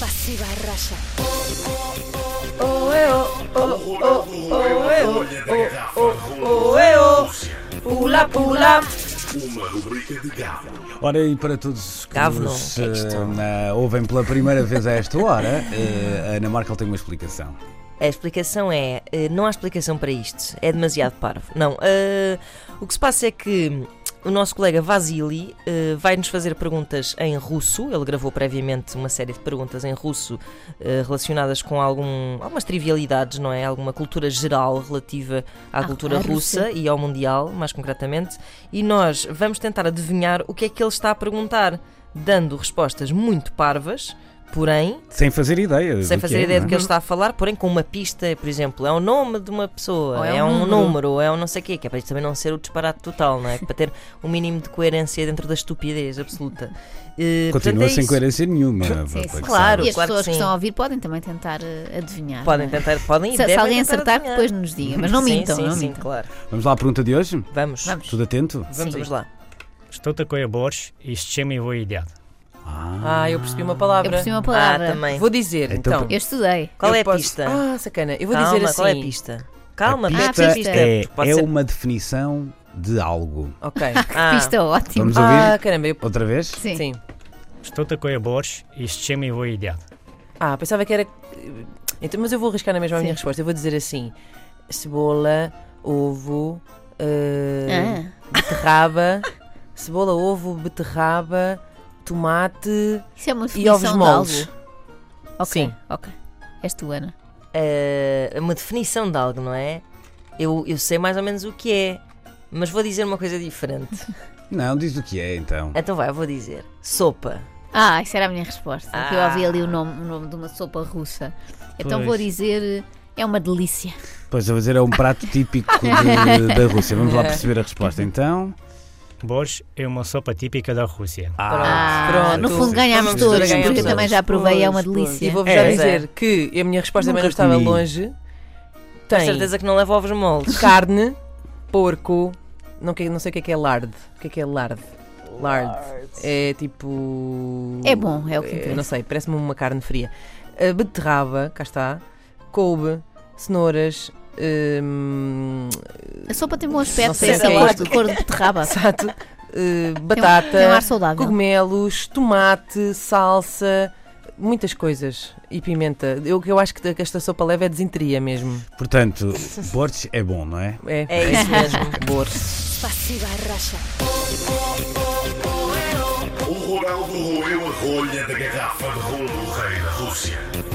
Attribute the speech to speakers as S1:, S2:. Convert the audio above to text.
S1: Patxi Barraza.
S2: Pula, pula.
S3: Uma rubrica de gado.
S4: Ora, e para todos que
S2: Gavo não,
S4: nos,
S2: é isto.
S4: eh, ouvem pela primeira vez a esta hora, eh, a Ana Markel tem uma explicação.
S2: A explicação é. eh, Não há explicação para isto. É demasiado parvo. Não. eh, o que se passa é que. O nosso colega Vasily eh, vai nos fazer perguntas em russo. Ele gravou previamente uma série de perguntas em russo eh, relacionadas com algum, algumas trivialidades, não é? Alguma cultura geral relativa à cultura
S1: à
S2: russa
S1: Rússia.
S2: e ao Mundial, mais concretamente, e nós vamos tentar adivinhar o que é que ele está a perguntar, dando respostas muito parvas, porém,
S4: Sem fazer ideia.
S2: sem
S4: do
S2: fazer
S4: que é,
S2: ideia do
S4: não
S2: que ele está a falar, porém com uma pista, por exemplo, é o nome de uma pessoa,
S1: Ou
S2: é, um número. é um não sei o quê, que é para isto também não ser o disparate total, não é? Para ter um mínimo de coerência dentro da estupidez absoluta. Eh,
S4: é? Continua
S2: portanto, é
S4: sem
S2: isso.
S4: coerência nenhuma.
S1: Sim,
S4: para
S1: sim.
S4: que
S2: Claro.
S1: E as
S2: que
S1: pessoas que
S2: sim.
S1: estão a ouvir podem também tentar eh, adivinhar.
S2: Podem
S1: não é?
S2: tentar, podem e
S1: Se, se
S2: devem
S1: alguém
S2: tentar
S1: acertar,
S2: adivinhar.
S1: depois nos diga. Mas não
S2: Sim,
S1: mintam,
S2: sim,
S1: não
S2: sim,
S1: mintam.
S2: claro.
S4: saiba. Vamos lá à pergunta de hoje?
S2: Vamos, vamos,
S1: Vamos.
S4: Tudo atento?
S2: vamos,
S1: Sim.
S2: lá.
S5: Что такое борщ и с чем его едят?
S6: Ah, eu percebi uma palavra.
S1: Eu percebi uma palavra.
S2: Ah, também.
S6: Vou dizer,
S4: Então,
S6: então.
S1: Eu estudei.
S2: Qual
S6: Eu
S2: é a
S6: posso-
S2: pista?
S6: Ah, sacana. Eu vou
S2: Calma,
S6: dizer assim.
S2: qual é a pista? Calma,
S4: a
S2: pode
S4: pista
S2: ser
S1: pista.
S2: pista.
S4: é,
S2: Pode
S4: é
S2: ser-
S4: uma definição de algo.
S6: Ok.
S2: Ah,
S1: Pista ótimo.
S4: Vamos ouvir?
S6: Ah, caramba. Eu...
S4: Outra vez?
S1: Sim.
S6: Sim.
S5: Что такое борщ и с чем его едят?
S6: Ah, pensava que era. Então, mas eu vou arriscar na mesma a minha
S1: Sim.
S6: resposta. Eu vou dizer assim: cebola, ovo, eh,
S1: Ah,
S6: beterraba, cebola, ovo, beterraba, tomate
S1: isso é uma
S6: e
S1: definição
S6: ovos
S1: de algo.
S6: moles.
S1: Ok,
S6: Sim.
S1: ok. É És tu, Ana.
S2: eh, uma definição de algo, não é? Eu, eu sei mais ou menos o que é, mas vou dizer uma coisa diferente.
S4: Não, diz o que é então.
S2: Então vai, eu vou dizer. Sopa.
S1: Ah, essa era a minha resposta. que eu
S2: Ah.
S1: ouvi ali o nome, o nome de uma sopa russa. Então
S5: Pois.
S1: vou dizer. É uma delícia.
S4: Pois a fazer é um prato típico de- da Rússia. Vamos
S2: É.
S4: lá perceber a resposta então.
S5: Борщ – это сопа típica da Rússia.
S1: Ah,
S6: Pronto.
S1: no fundo
S4: Sim,
S1: ganhámos
S4: sim,
S1: todos,
S4: sim, sim,
S1: porque eu
S4: sim.
S1: também já provei, é uma
S6: Pois, pois. E
S1: delícia.
S6: vou-vos
S4: É.
S6: já
S4: Pois
S6: dizer que a minha resposta
S4: Nunca
S6: também não estava
S4: comi.
S6: longe.
S2: Com
S6: Tem
S2: certeza que não leva ovos moles.
S6: carne, porco, não, que- não sei o que é que é lard. O que é que é lard? Lard. É tipo.
S1: É bom, é o que
S6: Não
S1: interessa.
S6: sei, parece-me uma carne fria. Uh, beterraba, cá está. Coube, cenouras. hum,
S1: A sopa tem bom
S6: Não
S1: aspecto,
S6: sei
S1: tem
S6: se é
S1: sabor
S6: isto.
S1: de cor de beterraba.
S6: exato. uh,
S1: Tem um- Tem um ar
S6: batata,
S1: saudável.
S6: cogumelos, tomate, salsa, muitas coisas. E pimenta. Eu, eu acho que esta sopa leve é desinteria mesmo.
S4: Portanto, bordes é bom, não é?
S6: É.
S2: É isso mesmo.
S1: Passiva racha.
S3: O rural do Rui é uma rolha da garrafa de rolo do rei da Rússia.